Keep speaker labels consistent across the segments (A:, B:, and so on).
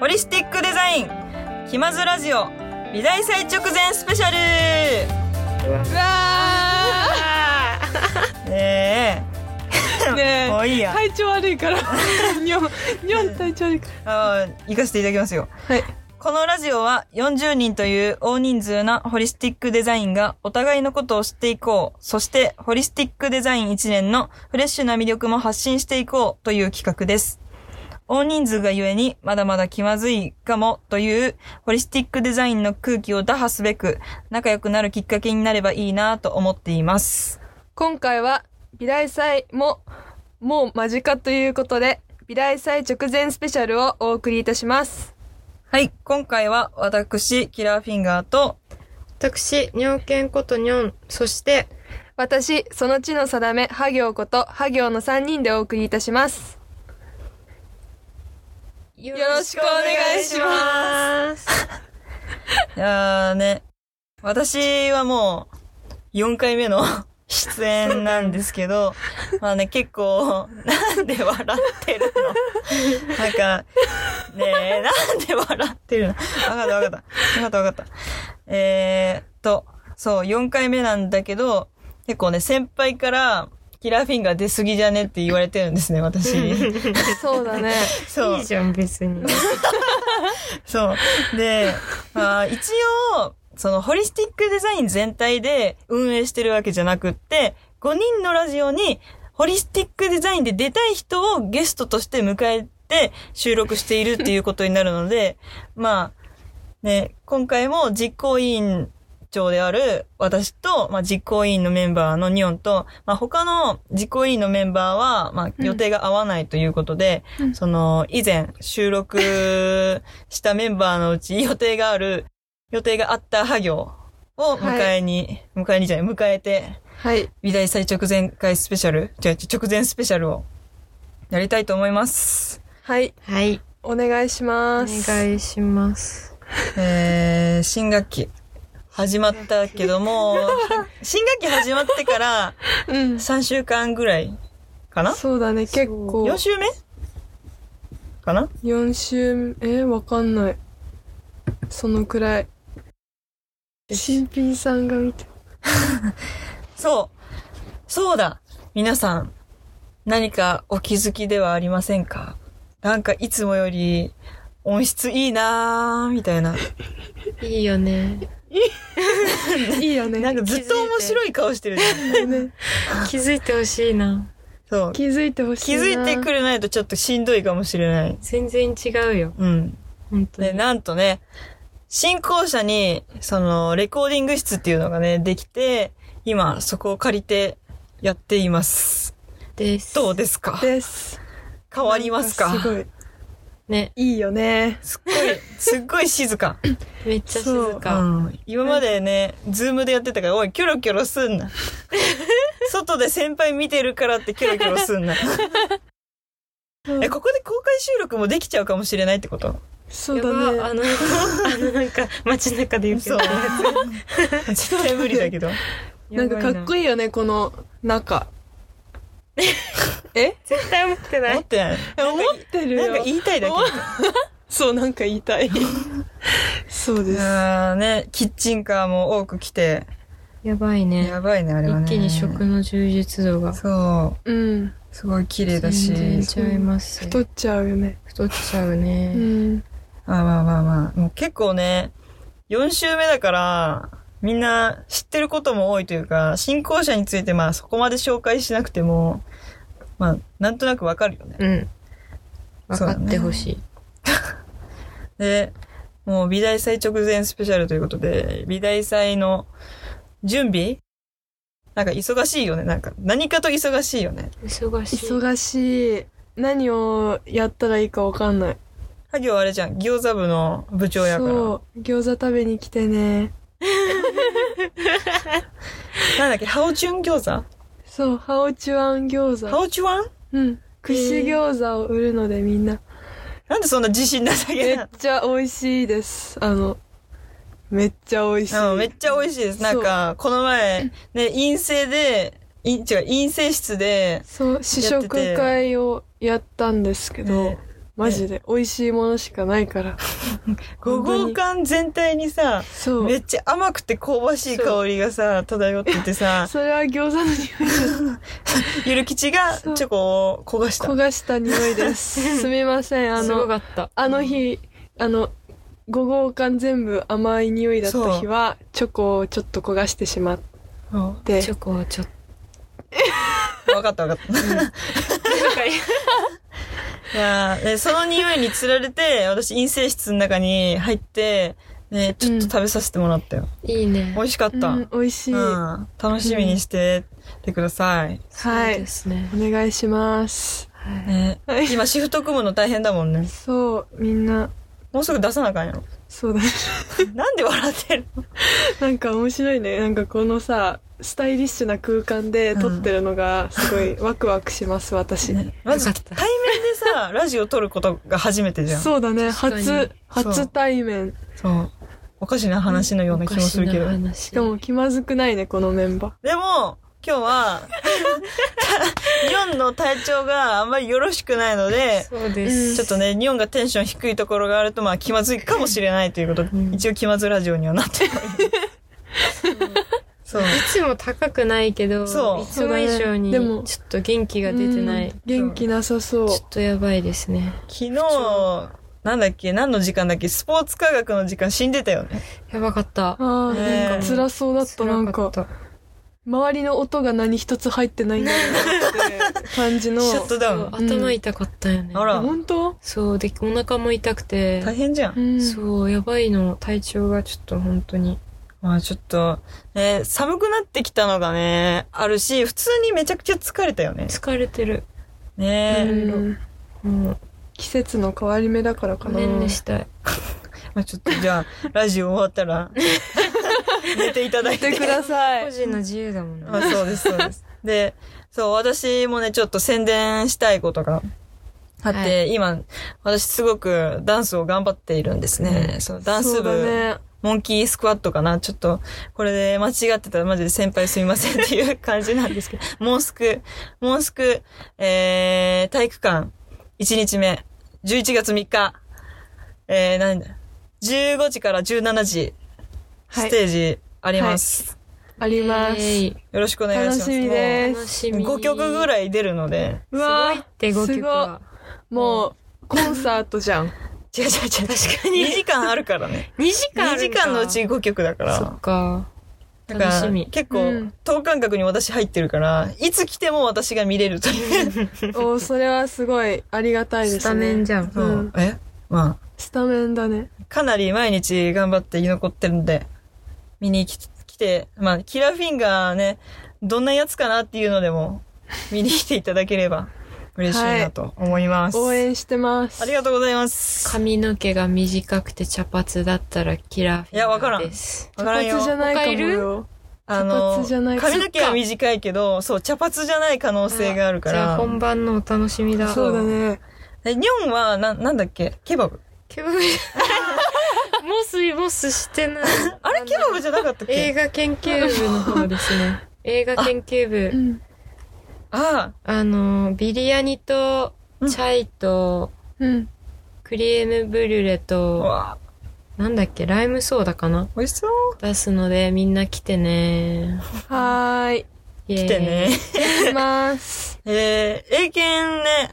A: ホリスティックデザインひまずラジオ美大祭直前スペシャル
B: うわ
A: ね
B: ー
A: え
B: ね
A: もういい
B: え
A: や、
B: 体調悪いから にょんにょん体調悪いか
A: あー行かせていただきますよ
B: らはい
A: このラジオは40人という大人数なホリスティックデザインがお互いのことを知っていこう、そしてホリスティックデザイン1年のフレッシュな魅力も発信していこうという企画です。大人数がゆえにまだまだ気まずいかもというホリスティックデザインの空気を打破すべく仲良くなるきっかけになればいいなと思っています。
B: 今回は美大祭ももう間近ということで美大祭直前スペシャルをお送りいたします
A: はい、今回は私、キラーフィンガーと
C: 私、尿犬ことにょん、そして、
B: 私その地の定めは行ことは行の3人でお送りいたします
C: よ
B: ろしくお願いし
C: ます。
A: いやーね、私はもう、4回目の 出演なんですけど、まあね、結構、なんで笑ってるのなんか、ねえ、なんで笑ってるのわかったわかった。わかったわかった。えーっと、そう、4回目なんだけど、結構ね、先輩から、キラーフィンガー出すぎじゃねって言われてるんですね、私。
B: そうだ ね
A: そう。
C: いいじゃん、別に。
A: そう。で、まあ、一応、そのホリスティックデザイン全体で運営してるわけじゃなくって、5人のラジオにホリスティックデザインで出たい人をゲストとして迎えて収録しているっていうことになるので、まあ、ね、今回も実行委員長である私と、まあ、実行委員のメンバーのニオンと、まあ、他の実行委員のメンバーは、まあ、予定が合わないということで、
B: うん
A: その、以前収録したメンバーのうち予定がある、予定があった作業を迎えに、迎えにじゃない、迎えて、
B: はい
A: 美大祭直前会スペシャル、違う違う直前スペシャルをやりたいと思います。
B: はい
C: はい。
B: お願いし
C: お
B: ます
C: 願いします。
A: えー、新学期。始まったけど も、新学期始まってから
B: うん
A: 3週間ぐらいかな
B: そうだね結構
A: ?4 週目かな
B: 4週えわかんないそのくらい新品さんが見て
A: そう。そうだ。皆さん、何かお気づきではありませんかなんかいつもより音質いいなーみたい な。
C: いいよね。
B: いいよ
A: な
B: ね
A: んかずっと面白い顔してるじゃん。
C: 気づいてほしいな。
A: そう。
B: 気づいてほし
A: 気
B: いな
A: づいてくれないとちょっとしんどいかもしれない。
C: 全然違うよ。
A: うん。
C: 本当
A: で、
C: に。
A: なんとね、新校舎に、その、レコーディング室っていうのがね、できて、今、そこを借りてやっています。
C: です。
A: どうですか
B: です
A: 変わりますか
B: なんすごい
C: ね。
B: いいよね
A: すっごい、すっごい静か。
C: めっちゃ静
A: う
C: か。
A: ん今までね、ズームでやってたから、おい、キョロキョロすん な。外で先輩見てるからってキョロキョロすんな。え、ここで公開収録もできちゃうかもしれないってこと
B: そう
C: やば
B: だ
C: あ
B: ね
C: の、あの、なんか、街中で言うけ
A: そう
C: ど。。
A: 絶対無理だけ ど。
B: なんかかっこ
C: いい。
B: いいよねこの 中え
C: 絶対思ってな
A: 思っ
C: い。
A: てない。
B: 思ってる
A: な
B: よ
A: んか言いたいだけ。
B: そうなんか言いたいそうです
A: あーね、キッチンカーも多く来て、
C: やばいね。
A: やばいね、あれはね。
C: 一気に食の充実度が。
A: そう、
B: うん
A: すごい綺麗だし。
C: 全然ちゃいます。
B: 太っちゃうよね
C: 太っちゃう
B: う
C: ね。
B: ん
A: あまあまあまあ、もう結構ね、4週目だから、みんな知ってることも多いというか、新校舎についてまあそこまで紹介しなくても、まあ、なんとなくわかるよね。
C: うん。分
A: そう
C: か
A: だね
C: ってほしい。
A: で、もう美大祭直前スペシャルということで、美大祭の準備なんか忙しいよね。なんか何かと忙しいよね。
C: 忙しい。
B: 忙しい何をやったらいいかわかんない
A: 作業あれじゃん。餃子部の部長やから。
B: そう餃子食べに来てね
A: なんだっけハオチュン餃子
B: そうハオチュアン餃
A: ハ
B: 子
A: オチュワン
B: うん串餃子を売るのでみんな
A: なんでそんな自信なさげ
B: め
A: な
B: っちゃ美味しいです。あの、めっちゃ美味しい。
A: うん、めっちゃ美味しいです。なんか、この前、ね、陰性で、い違う、陰性室で、
B: そう、試食会をやったんですけど、
A: ね
B: マジで美味しいものしかないから。
A: 5
B: 本当に
A: 号館全体にさ、
B: そう
A: め。っちゃ甘くて香ばしい香りがさ、漂っててさ、
B: それは餃子の匂いです。
A: ゆる吉がチ
B: そう
A: ョコを焦がした
B: 焦。がした匂いです。すみません。あ
C: すご
B: の、
C: かった。
B: あの日、あの、5号館全部甘い匂いだった日は、チョコをちょっと焦がしてしまっ
A: うん
B: て
C: チ、ョコをちょっと。
A: わかったわかった。いやーでその匂いにつられて、私陰性室の中に入って、ね、ちょっと食べさせてもらったよ。
C: いいね
A: 美。味しかっ
B: う
A: た。うん
B: ん、美味しい。は
A: 楽しみにしててください。
C: そう
B: い
C: で。すね。
B: お願いします。
C: はい
A: ね
B: はい
A: 今シフト組むの大変だもんね。
B: そう、みんな、
A: もうすぐ出さなあかんやろ。
B: そうだね。
A: なんで笑ってる
B: なんか面白い ね。なんかこのさ、スタイリッシュな空間で撮ってるのが、すごいワクワクします、私。
A: のまず
C: よ
A: 対
C: かっ
A: 面
C: た
A: でさ、ラジオ撮ることが初めてじゃん。
B: そうだね。
C: 確かに
B: 初、
A: そう
B: 初対面。
A: そう。おかしな話のような気もするけ
C: お
A: ど
C: か。しな話
B: しかも気まずくないね、このメンバー。
A: でも、今日は、ニョンの体調があんまりよろしくないので、
C: そうで
B: うん
C: す。
A: ちょっとね、ニョンがテンション低いところがあると、まあ気まずいかもしれないということで、
C: うん
A: 一応気まずラジオにはなってる。そう。
C: いつも高くないけど、いつ
A: そう
C: も以上に、
B: そうだねで
C: ち
B: も
C: ょっと元気が出てない。
B: う
C: ち
B: ん元気なさそう
C: ょ。っとやばいですね。
A: 昨日、なんだっけ何の時間だっけスポーツ科学の時間死んでたよね。
C: やばかった。
B: ああ、
A: ねえ
B: なんか辛そうだった、なんか。
C: 辛かっ
B: 周りの音が何一つ入ってないん だよって感じの。
A: シャットダウ
C: た。
A: ン。
B: うん
C: 頭痛かったよね。
A: あら
B: 本当
C: そう、で、お腹も痛くて、
A: 大変じゃん。
B: ん
C: そう、やばいの、体調がちょっと本当に。
A: まあちょっと、ね、寒くなってきたのがね、あるし、普通にめちゃくちゃ疲れたよね。
C: 疲れてる。
A: ね
B: う
A: え、
B: ん
C: もう、
B: 季節の変わり目だからか
C: ご
B: な。
C: めんねしたい。
A: まあちょっとじゃあ、ラジオ終わった ら、寝ていただい
B: 言って
A: て
B: く。ださ
C: 個
B: い。
C: 人の自由だもんね。
A: まあそうです、そうです。で、そう、私もね、ちょっと宣伝したいことがあって、
C: は
A: 今、私すごくダンスを頑張っているんですね。そのダンス
B: そうだ
A: 部、
B: ね。
A: モンキースクワットかな。ちょっと、これで間違ってたらマジで先輩すみませんっていう感じなんです けど、モンスク、モンスク、えー、体育館、1日目、11月3日、えー、なんだ、15時から17時、
B: は
A: ス
B: い。
A: テージあります。
B: あります。
C: イエ
A: よろしくお願いします。
B: 楽しみで
C: ーイ楽しみ。
A: もう5曲ぐ
C: い。
A: らい出るので、
B: う
C: すご
B: わ
C: いって5曲は。
B: もう、コンサートじゃん。
A: 違う違う違う。確かに。2時間あるからね。
C: 2時間
A: 2
C: ある
A: 時
C: んだ
A: 間のうち5曲だか
C: そ
A: ら
C: っ。か。
A: だから
C: 楽しみ
A: 結構、
B: うん
A: 等間隔に私入ってるから、いつ来ても私が見れるという。
B: おそれはすごいありがたいですね。
C: スタメンじゃん。
A: そう
B: うん
A: えま
B: スタメンだね。
A: あ、かなり毎日頑張って生き残ってるんで、見に来来て、まあ、キラーフィンガーね、どんなやつかなっていうのでも、見に来ていただければ嬉しいなと思います。
B: 応援してます。
A: ありがとうございます。
C: 髪の毛が短くて茶髪だったらキラーフィンガー
A: いやわからん
C: です。
A: わからん
B: 茶髪じゃ
A: よ。
B: ないかも
C: 他いる
B: よ。茶髪じゃない
A: 髪の毛は短いけど、そう、茶髪じゃない可能性があるか
C: じゃ
A: ら。
C: あ本番のお楽しみだ。
B: そうだ。ね。
A: え、ニョンは、な、なんだっけケバブ。
C: ケバブ。モスモスしてない。
A: あれケバブじゃなかったっ
C: 映
A: け
C: 画研究部の方ですね。映画研究
B: う
C: 部。
B: ん。
A: あ
C: あの、ビリヤニと、チャイと、
B: うん。
C: クリームブリュレ
A: あ。う
C: と、
A: わ
C: なんだっけ、ライムソーダかな
A: 美味しそう。
C: 出すので、みんな来てね。
B: はーい。
C: 来
A: 来て。ね。
B: 行きます。
A: えー、英検ね。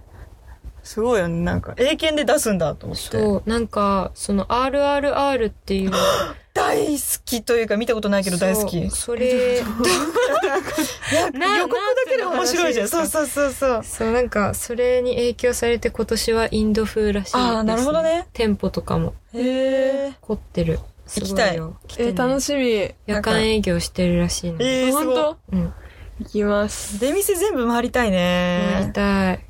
A: すごいよね。なんか、英検で出すんだと思って。
C: そう、なんか、その RRR っていう。
A: 大好きというか見たことないけど大好き。
C: そう
A: 予
C: そ れ、
A: 告だけで面白いじゃん。
C: な
A: そ
C: な
A: うん
C: て
A: そうそうそう。
C: そう、なんか、それに影響されて今年はインド風らしいです、
A: あーなるほどね。
C: 店舗とかも
A: へえ。
C: 凝ってる。すごいよ。来て
B: え
C: ね
B: ー、楽しみ。
C: 夜間営業してるらしいの。
A: えー、す
B: 本
A: ごい。
B: 当
C: うん。
B: 行きます。
A: 出店全部回りたい
C: やり
A: ね。
C: たい。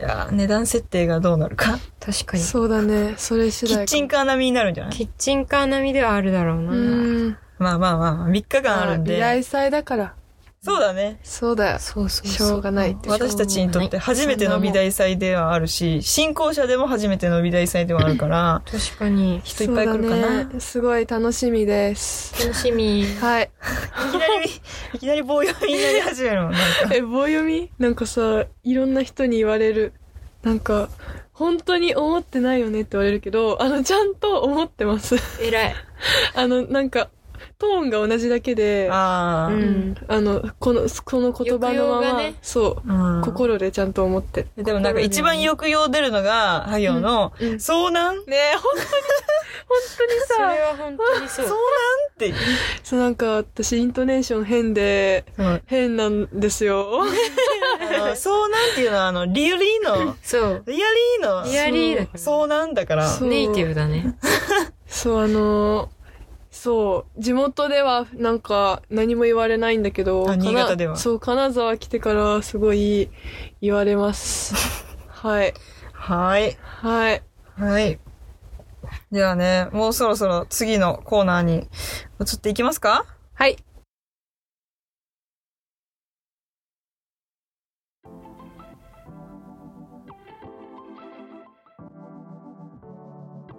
A: いやー値段設定がどうなるか。
C: 確かに。
B: そうだね。それ次
A: キ
B: 第か
A: ッチンカー並みになるんじゃない
C: キッチンカー並みではあるだろうな。
B: うん。
A: まあまあまあまあ、3日間あるん
B: まあ美
A: で。
B: 大祭だから。
A: そうだね。
B: そうだよ。
C: そうそうそう。
B: しょうがないって
A: 私たちにとって初めての美
C: い。
A: 大祭ではあるし、新校舎でも初めての美大祭ではあるから、
C: 確かに。
A: 人いっぱい来るか
B: そう
A: な。
B: だね。すごい楽しみです。
C: 楽し み。
B: はい。
A: いきなり、 いきなり 棒読みになり始めるもん、なんか。
B: え、棒読みなんかさ、いろんな人に言われる。なんか、本当に思ってないよねって言われるけど、あの、ちゃんと思ってます。
C: 偉い。
B: あの、なんか、トーンが同じだけで、
A: あ
B: あ
C: うん
B: の、この、この言葉のま
C: 抑揚
B: ま、
C: がね
B: そう、
A: あ。うん。
B: 心でちゃんと思って。
A: でもなんか一番抑揚出るのが、はよの、
C: うんうん
A: そうなん
B: ねえ、 本当に、本当に
C: それ
B: さ、
C: は本当にそ
A: そう
C: う
A: なん。って。
B: そうなんか私、イントネーション変で、
A: そう
B: 変なんですよ。
A: あのそうなんっていうのは、あの、リアリーの、
C: そう。
A: リアリーの、
C: リアリーだから
A: そうなんだから。
B: そう
C: ネイティブだね。
B: そう、あの、そう、地元ではなんか何も言われないんだけど、
A: あ
B: 金
A: 新潟では
B: そう、金沢来てからすごい言われます。はい。
A: はい。
B: はい。
A: はい。ではね、もうそろそろ次のコーナーに移っていきますか
B: はい。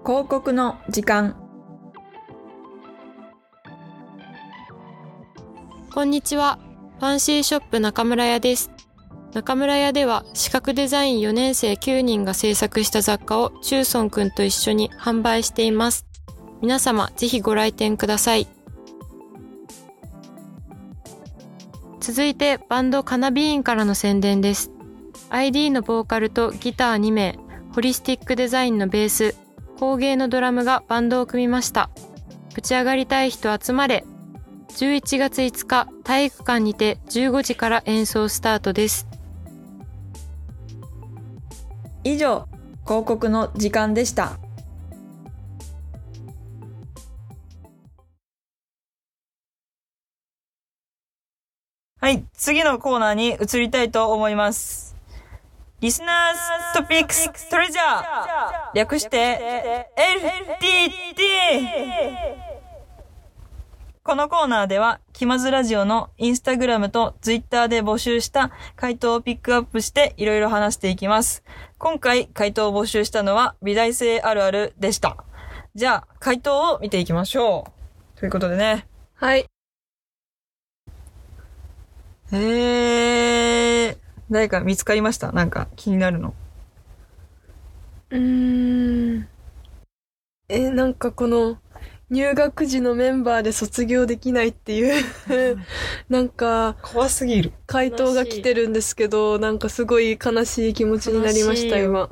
A: 広告の時間。
C: こんにちは。ファンシーショップ中村屋です。中村屋では視覚デザイン4年生9人が制作した雑貨を中村くんと一緒に販売しています。皆様ぜひご来店ください。続いてバンドカナビーンからの宣伝です。ID のボーカルとギター2名、ホリスティックデザインのベース、工芸のドラムがバンドを組みました。ぶち上がりたい人集まれ11月5日体育館にて15時から演奏スタートです
D: 以上広告の時間でした
A: はい、次のコーナーに移りたいと思います。リスナーズトピックストレジャー略して LTT! このコーナーでは、気まずラジオのインスタグラムとツイッターで募集した回答をピックアップしていろいろ話していきます。今回回答を募集したのは美大生あるあるでした。じゃあ、回答を見ていきましょう。ということでね。
B: はい。
A: えー、誰か見つかりましたなんか気になるの。
B: うーん。え、なんかこの、入学時のメンバーで卒業できないっていう、 なんか、
A: 怖すぎる。
B: 回答が来てるんですけど、なんかすごい悲しい気持ちになりました、
C: 悲しい
B: 今。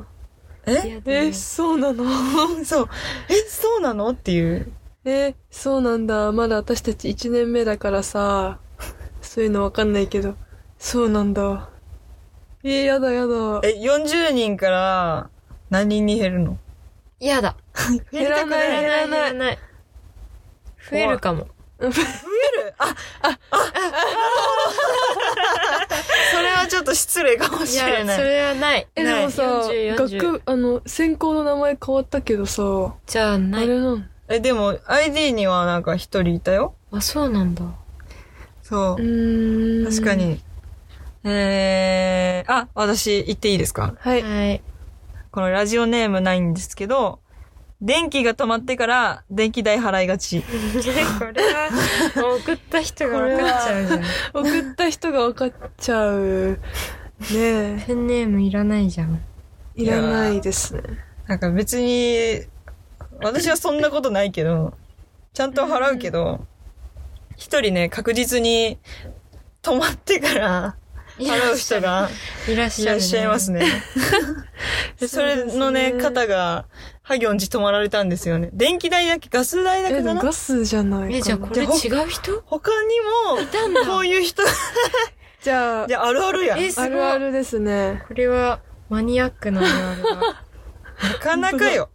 A: え
B: え、そうなの
A: そう。え、そうなのっていう。
B: え、そうなんだ。まだ私たち1年目だからさ、そういうのわかんないけど、そうなんだ。えー、やだやだ。
A: え、40人から何人に減るの
C: 嫌だ
B: 減らない
C: 減
B: 減
C: ら
B: ら
C: な
B: ないい。
C: 増えるかも
A: それはちょっと失礼かも
C: い
A: しれ
C: や
A: ない。
C: それはない
B: え、でもさ、
C: 40 40
B: 学、あの、専攻の名前変わったけどさ、
C: じゃあ
B: あ
C: な
B: れ
C: い
B: なん
A: え、でも ID にはなんか一人いたよ。
C: あそうなんだ
A: そうう。
B: ーん。
A: 確か。に。えー、あ、私言っていいですか
B: はい。
C: はい
A: このラジオネームないんですけど、電気が止まってから電気代払いがち。
C: これは送った人が分かっちゃうじゃん
B: 送った人が分かっちゃう。ね
C: ペンネームいら ないじゃん
B: え、いらないですね。
A: なんか別に、私はそんなことないけど、ちゃんと払うけど、一人ね、確実に止まってから払う人が
C: いらっ
A: い
C: しゃ
A: ら
C: る
A: っしゃいます ね。でそれのね、方が、ハギョン寺泊まられたんですよね。電気代だけ、ガス代だ
B: え、
A: け
B: で
A: だ
B: も
A: な。
B: ガスじゃないかな。
C: えじゃあこれ違う人
A: 他に
C: いたんだ
A: も、こういう人、
B: じゃあ
A: い、や、あるあるやん。
C: え
A: な
C: すご
B: あ
C: い
B: るあるですね。
C: これはマニアックなあるだ
A: かなかよ。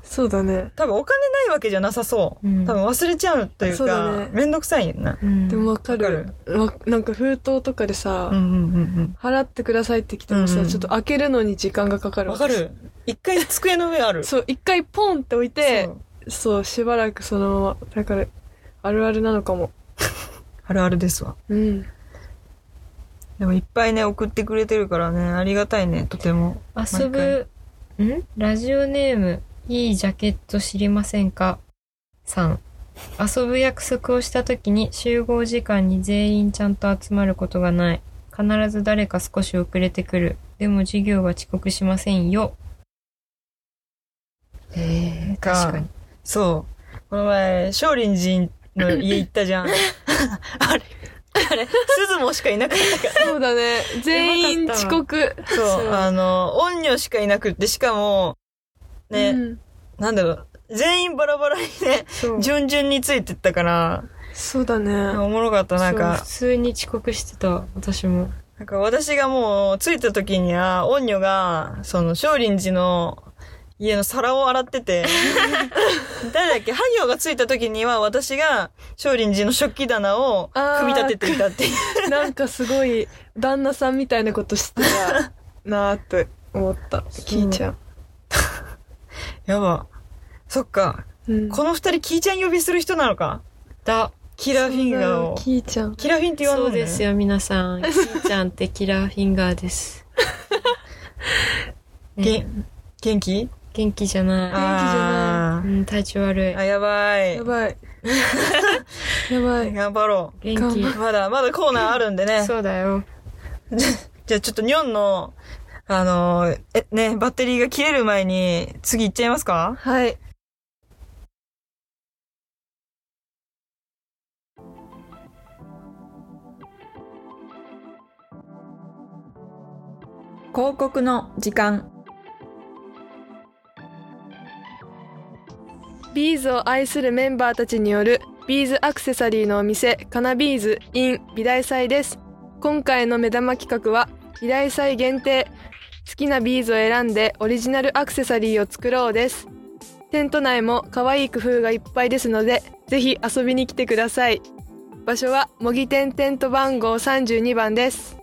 B: そうだね。
A: 多分お金ないわけじゃなさそう。
C: うん
A: 多分忘れちゃうという
B: そうだ
A: か
B: ね、
A: めんどくさいよな。
C: うん
B: でもわかる。わなんか封筒とかでさ、
A: うんうんうん
B: 払ってくださいって来てもさ、
A: うんうん
B: ちょっと開けるのに時間がかか
A: うん。
B: る。
A: わかる一回机の上 ある。
B: そう、一回ポンって置いて
A: そ、う
B: そう、しばらくそのまま。だから、あるあるなのかも。
A: あるあるですわ。
B: うん。
A: でもいっぱいね、送ってくれてるからね、ありがたいね、とても。
C: 遊ぶ、んラジオネーム、いいジャケット知りませんかさん。遊ぶ約束をした時に集合時間に全員ちゃんと集まることがない。必ず誰か少し遅れてくる。でも授業は遅刻しませんよ。えー、
A: か
C: 確かに。
A: そう。この前、少林寺の家行ったじゃ ん。あれ、あれ、鈴もしかいなかったから。
B: そう だね。全員遅刻。
A: そう、あの、音女しかいなくって、しかも、ね、
B: うん
A: なんだろう、全員バラバラにね、
C: そ う。
A: 順々についてったから、
B: そうだね。
A: おもろかった、なん
C: そう
A: か
C: 普、通に遅刻してた、私も。
A: なんか私がもう、着いた時には、音女が、その、少林寺の、家の皿を洗って て、誰だっけ、ハ行が着いた時には、私が、少林寺の食器棚を、組み立てていたって いう。
B: なんかすごい、旦那さんみたいなことしてたなーって思った。聞いちゃう。
A: やば。そっか。
B: うん
A: この二人、キーちゃん呼びする人なのか。
C: だ。
A: キラーフィンガーを。
B: 聞いちゃう。
A: キラーフィンって言わん
C: そ
A: の
C: うです
A: よ。
C: よ、皆 さん。キーちゃんってキラーフィンガーです。
A: げ
C: ね
A: 元気
C: 元気じゃ
A: あ
C: ない。うん、体調悪
A: ー
C: い
A: あ、。やばい。
B: や ばい。やばい。
A: 頑張ろ
C: 元気。
A: う。まだ、まだコーナーあるんでね。
C: そうだよ。
A: じゃあちょっとニョンの、あのーえ、ね、バッテリーが切れる前に、次行っちゃいますか
B: はい。
D: 広告の時間
B: ビーズを愛するメンバーたちによるビーズアクセサリーのお店カナビーズ in 美大祭です今回の目玉企画は美大祭限定好きなビーズを選んでオリジナルアクセサリーを作ろうですテント内も可愛い工夫がいっぱいですのでぜひ遊びに来てください場所は模擬店テント番号32番です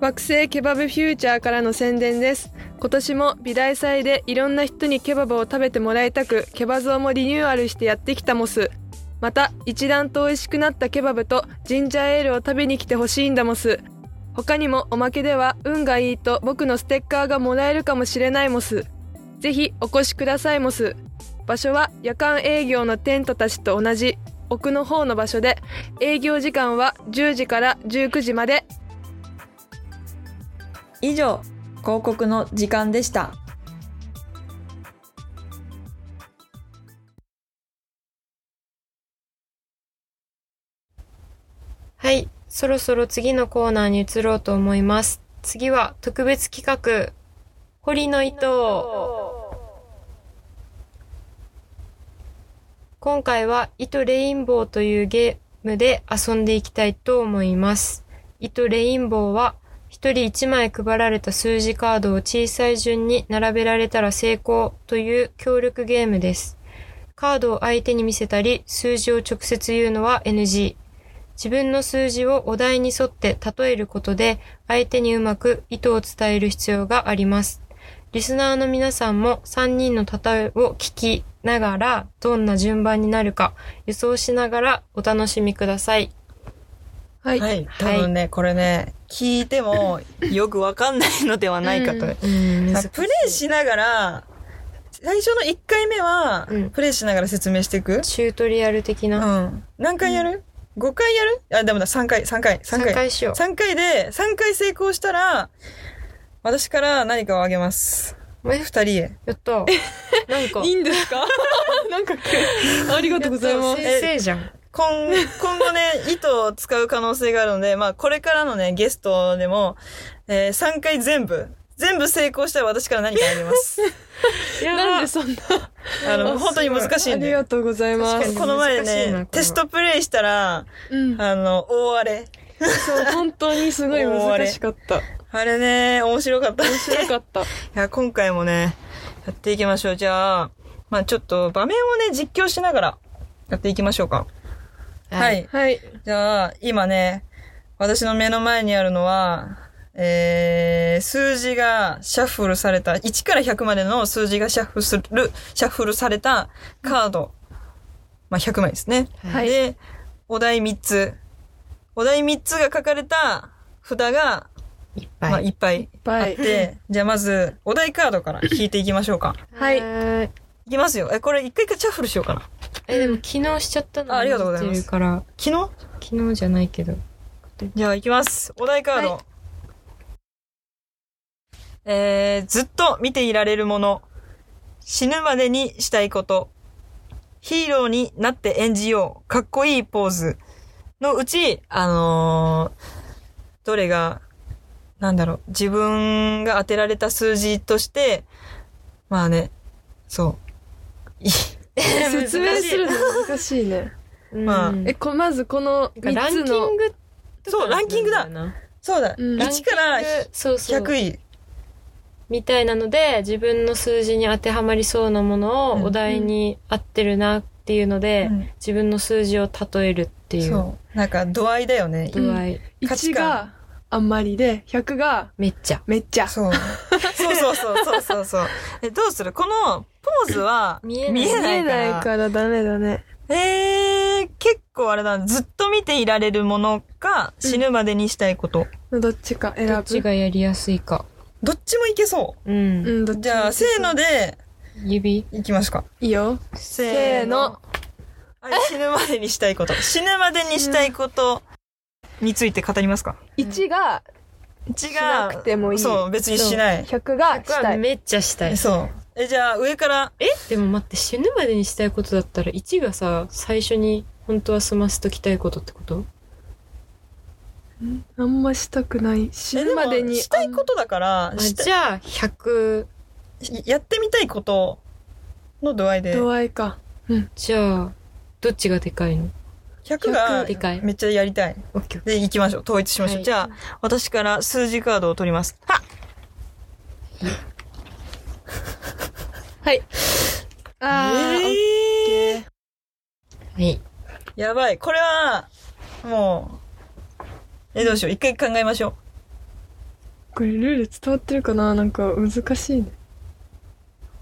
B: 惑星ケバブフューチャーからの宣伝です今年も美大祭でいろんな人にケバブを食べてもらいたくケバ像もリニューアルしてやってきたモスまた一段と美味しくなったケバブとジンジャーエールを食べに来てほしいんだモス他にもおまけでは運がいいと僕のステッカーがもらえるかもしれないモスぜひお越しくださいモス場所は夜間営業のテントたちと同じ奥の方の場所で営業時間は10時から19時まで
D: 以上広告の時間 でした
C: はい。そろそろ次のコーナーに移ろうと思います。次は特別企画、堀の糸。今回は糸レインボーというゲームで遊んでいきたいと思います。糸レインボーは、一人一枚配られた数字カードを小さい順に並べられたら成功という協力ゲームです。カードを相手に見せたり、数字を直接言うのは NG。自分の数字をお題に沿って例えることで、相手にうまく意図を伝える必要があります。リスナーの皆さんも3人の例えを聞きながら、どんな順番になるか予想しながらお楽しみください。
B: はい
A: はい。多分ね、これね、聞いてもよくわかんないのではないかと。
B: うん
C: うん
A: なんかプレイしながら、最初の1回目は
C: うん、
A: プレイしながら説明していく、
C: チュートリアル的
A: う
C: な。
A: ん。何回やる、?5 回やるあ、でもだ、3回、3回、3
C: 3
A: 回。
C: 回しよ
A: 3回で、3回成功したら、私から何かをあげます。
C: う。え
A: 2人へ。
C: やった。なんか。
B: んですかなんかありがとうございます
C: 先生じゃん。
A: 今、今後ね、 糸を使う可能性があるので、まあ、これからのね、ゲストでも、え3回全部、全部成功したら私から何かあげます。
B: なんでそんな。
A: あの、本当に難しいん
B: あり
A: で
B: が。とうございま
C: 確か
B: す
C: に。
A: この前
C: 難しいなこれ
A: ね
C: は、
A: テストプレイしたら、
B: うん。
A: あの、大荒れ。
B: そう、本当にすごい難しかった。
A: あれね、面白かった。い
B: 面白かった。
A: や、今回もね、やっていきましょう。じゃあ、まあちょっと場面をね、実況しながらやっていきましょうか。は。い。
B: はい。
A: じゃあ、今ね、私の目の前にあるのは、えー、数字がシャッフルされた、1から100までの数字がシャッフルする、シャッフルされたカード。まあ、100枚ですね。
B: はい
A: で、お題3つ。お題3つが書かれた札が、
C: いっ
A: ま
C: ぱ
A: あ、
C: い。
A: いっぱい
B: は
A: あっ
B: い。
A: て、じゃあまず、お題カードから引いていきましょうか。
B: はい
C: はい。
A: いきますよ。え、これ一回一回シャッフルしようかな。
C: え、でも昨日しちゃったの
A: あありがとうございます
C: 見てるから、
A: 昨日
C: 昨日じゃないけど。
A: じゃあ行きます。お題カード。
B: はい
A: えー、ずっと見ていられるもの。死ぬまでにしたいこと。ヒーローになって演じよう。かっこいいポーズ。のうち、あのーどれが、なんだろう、自分が当てられた数字として、まあね、そう。い
B: 説明するの難しいね。
A: まあ
C: うん
B: え、こ、まずこの
C: なんか
B: 3つ
C: ランキ
B: の
C: ング
A: そう、ランキングだ。そうだ。
B: うん
A: 1から
C: そうそう
A: 100位。
C: みたいなので自分の数字に当てはまりそうなもの
A: うん
C: をお題に合ってるなっていうので、
A: うん
C: 自分の数字を例えるっていう
A: そう。なんか度合いだよね。
C: 度合い、
A: 価値
B: 1が
A: 観
B: あんまりで、100が
C: めっちゃ
B: めっちゃ。
A: そう。 そうそうそうそうそうそう。え、どうするこのポーズは
C: 見えない
A: 見え
B: 見
A: な
B: え
A: いか
B: ない
A: ら。
B: からダメだね。
A: えー、結構あれだ。ずっと見ていられるものか、死ぬまでにしたいこと。
B: どっちか選ぶ。
C: どっちがやりやすいか
A: どっちもいけそ
C: うん、
B: うん、どっ
A: う。
B: ち
A: じゃあ、せーの
B: で。
A: で、
C: 指
A: いきますか。
B: いいよ。
A: せ
B: せーの。。
A: はい、死ぬまでにしたいこと。 死ぬまでにしたいことについて語りますか
B: 1が
A: 違う。
B: なくてもいい
A: そう、別にしない。
B: 100がした。
C: はいめっちゃしたい
A: そう。え、じゃあ、上から、
C: えでも待って死ぬまでにしたいことだったら1がさ最初に本当は済ませときたいことってこと
B: あんましたくない。死
A: え
B: ぬ
A: でも
B: までに。
A: したいことだから
C: あ、
A: した
C: じゃあ100
A: やってみたいことの度合いで。
B: 度合いか。
C: じゃあどっちがでかいの
A: 100が
C: でかい
A: めっちゃやりたい。
C: オッケーオッケ
A: で、行きましょう。統一しましょう。
C: はい
A: じゃあ、私から数字カードを取ります。は
B: あー、
A: えー、
C: ーはい
A: やばい。これは、もう、え、どうしよう。一回考えましょ
B: これルール伝わってるかななんか難しいね。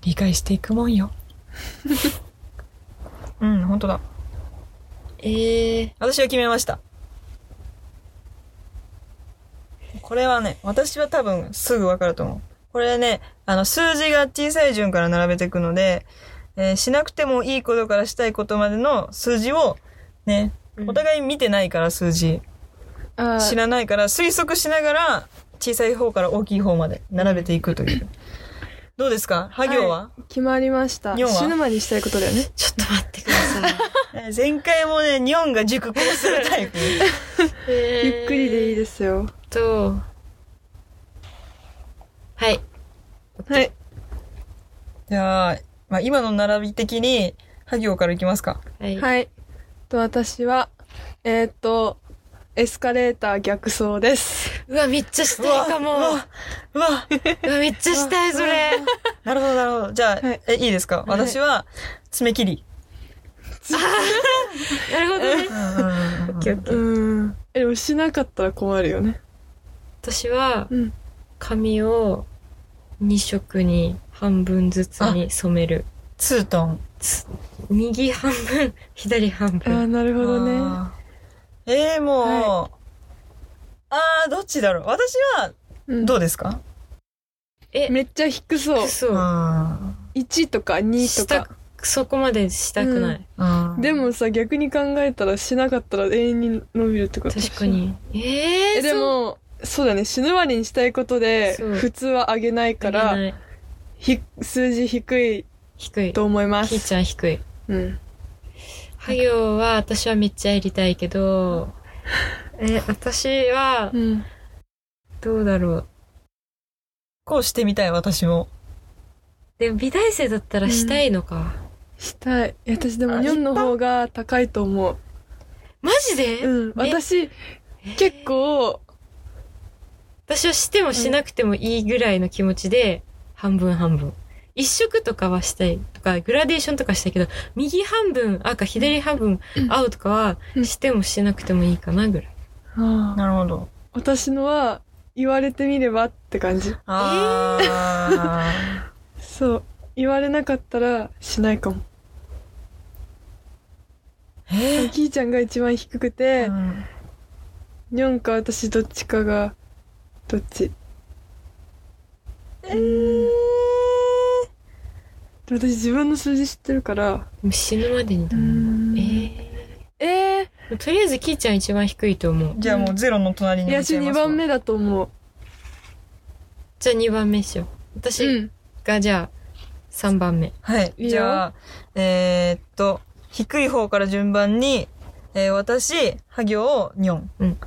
C: 理解していくもんよ
A: う。うん、本当だ。
C: えー、
A: 私は決めました。これはね、私は多分すぐわかると思う。これね、あの、数字が小さい順から並べていくので、えーしなくてもいいことからしたいことまでの数字を、ね、お互い見てないから数字、
B: あ
A: 知
B: ー、
A: らないから推測しながら、小さい方から大きい方まで並べていくという。どうですかは行は、
B: 決まりました。
A: 四は
B: 死ぬまでにしたいことだよね。
C: ちょっと待ってください
A: えー前回もね、日本が熟考するタイプ。
B: ゆっくりでいい
C: す
B: ですよ。
C: とはい
B: はい。
A: じゃあ、まあ、今の並び的に、は行からいきますか。
C: はい、
B: はい。と、私は、えーっと、エスカレーター逆走です。
C: うわめっちゃしたいかもう
A: う
C: わ
A: わうわ
C: めっちゃしたいそれ
A: なるほど、なるほど。じゃあ、
B: はい
A: え、いいですか私は、爪切り。
C: なるほどね
B: うん。え、でもしなかったら困るよね。
C: 私は
B: うん
C: 髪を2色に半分ずつに染める
A: ツートン。
C: 右半分 左半
B: ああ、
C: 分
B: なるほどね。
A: あー。えー、もう、
B: は
A: あー、どっちだろう私は、
B: うん
A: どうですか
C: え
B: めっちゃ低そう。
C: そう
B: 1とか2と
C: した
B: か。
C: そこまでしたくない、
B: で、もさ、逆に考えたらしなかったら永遠に伸びるってこと
C: 確か。にえー、
B: え、でも、そうだね。死ぬまでにしたいことで、
C: そう
B: 普通は上げない
C: そ
B: か
C: う足り
B: ら、
C: ない
B: ひ数字低い
C: 低い
B: と思いま
C: ひー
B: す。
C: ちゃん低い
B: うん。
C: は行は私はめっちゃやりたいけどえ私は
B: うん。
C: どうだろう
A: こうしてみたい、私も。
C: でも美大生だったらしたいのか、
B: したい。いや私でも、
A: あ
B: ニョンの方が高いと思う。
C: マジで、
B: うん。
C: え
B: 私、結構、
C: 私はしてもしなくてもいいぐらいの気持ちで、半分半分。一色とかはしたいとか、グラデーションとかしたいけど、右半分赤、左半分青とかは
B: う、ん
C: してもしなくてもいいかなぐらい。
B: あー
A: なるほど。
B: 私のは、言われてみればって感じ。
A: あ
B: そう。言われなかったらしないかも。
A: ー。え
B: キーちゃんが一番低くて、
A: うん
B: ニョンか私どっちかが、どっち。
A: えー
B: で私自分の数字知ってるから、
C: もう死ぬまでにだもん。え
B: えー、
C: とりあえずキーちゃん一番低いと思う。
A: じゃあもうゼロの隣に
B: いや
A: 置いちゃ
B: 私
A: いま
B: 2
A: すわ
B: 番目だと思う
C: じゃあ2番目しよう。私
B: ん
C: がじゃあ3番目。
A: はい。
B: いいよ
A: じゃあ、えーっと、低い方から順番に、えー私、ハ行、ニョン。
C: うん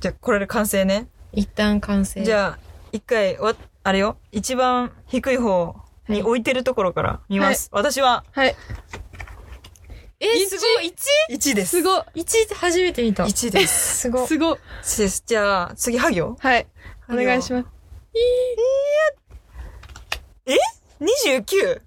A: じゃあ、これで完成ね。
C: 一旦完成。
A: じゃあ、一回、わ、あれよ。一番低い方に置いてるところから見ます。私は、
B: はい
C: え
B: 一
C: すごい 1?
A: 1です。
B: すごい
C: 1って初めて見た。
A: 1です。
C: すごい。
B: すごい
A: 1です。じゃあ、次、ハ行。
B: はいお願いし
A: ま
B: ます
A: す。29!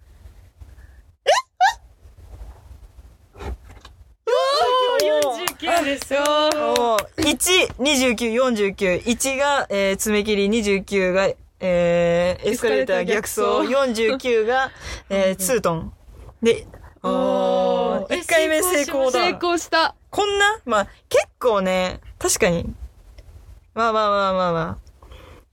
C: 49ですよ。
A: もう、1、29、49。1が、えー爪切り、29が、えーエスカレーター逆走、49が、えーツートン。で、お
C: おー
A: 1回目成功だ。
B: 成功した
A: こんなまあ、結構ね、確かに。まあまあまあまあまあ。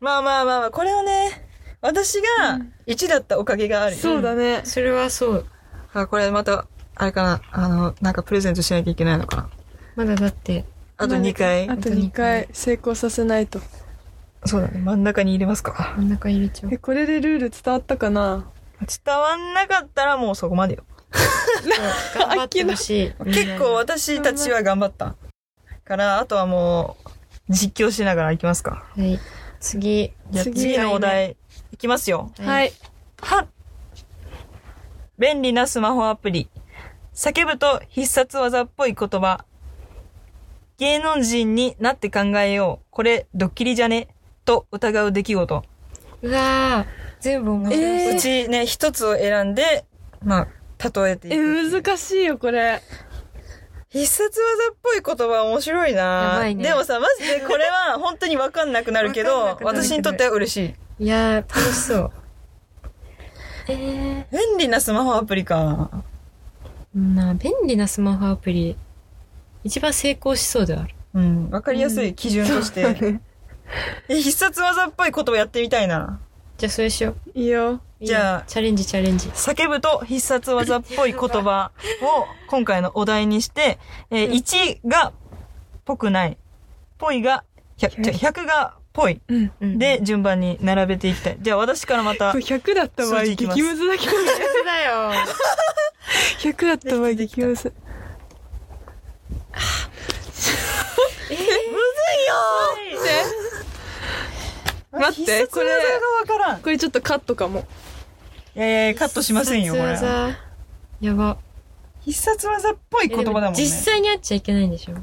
A: まあまあまあまあ、これをね、私が1だったおかげがあるよ。
B: そうだね
C: それはそう。
A: あ、これまた、あれかな、あの、なんかプレゼントしなきゃいけないのかな。
C: まだだって、
A: あと2回
B: あ。と2回成功させないと
A: そうだね、真ん中に入れますか。
C: 真ん中入れちゃ おう
B: え。これでルール伝わったかな
A: 伝わんなかったらもうそこまでよ。
C: 頑張ってほしい。
A: 結構私たちは頑張った。から、あとはもう、実況しながら行きますか。
C: はい。次。
A: じゃあ
B: 次
A: 次のお題、いきますよ。
B: はい
A: は便利なスマホアプリ。叫ぶと必殺技っぽい言葉。芸能人になって考えよう。これ、ドッキリじゃねと疑う出来事。
C: うわー全部面白い。
B: えー
A: うちね、一つを選んで、まあ、例えていく
B: え難しいよこれ
A: 必殺技っぽい言葉面白いな
C: やばいね
A: でもさ、マジでこれは本当にわかんなくなるけ
C: わ
A: ど
C: か、んなくなるけど
A: 私にとっては嬉しい。
C: いやー、楽し そう。え
A: 便利なスマホアプリか。
C: ー、まあ、便利なスマホアプリ、一番成功しそうではある。
A: うん、わかりやすい基準として。 え必殺技っぽい言葉やってみたいな。
C: じゃあ、それしよう。
B: いいよ
C: いい
A: じゃあ
C: よチャレンジ、チャレンジ。
A: 叫ぶと必殺技っぽい言葉を今回のお題にして、えー1がぽくない。ぽいが100、じゃ100がぽい。
B: うん
C: うん、
A: で、順番に並べていきたい。じゃあ私からまた
B: これ。100だった場合
A: 数字いき
B: 激
A: ます
B: ムズだけどね
C: そうだよ。
B: 100だった場合激ムズ待っ
A: 必
B: て
A: 殺
B: こ
A: 技
B: れ
A: がわからん。
B: これちょっとカットかも
A: えー、カットしませんよ、これ
C: 必殺。技やば。
A: 必殺技っぽい言葉だもんね。
C: 実際に会っちゃいけないんでしょ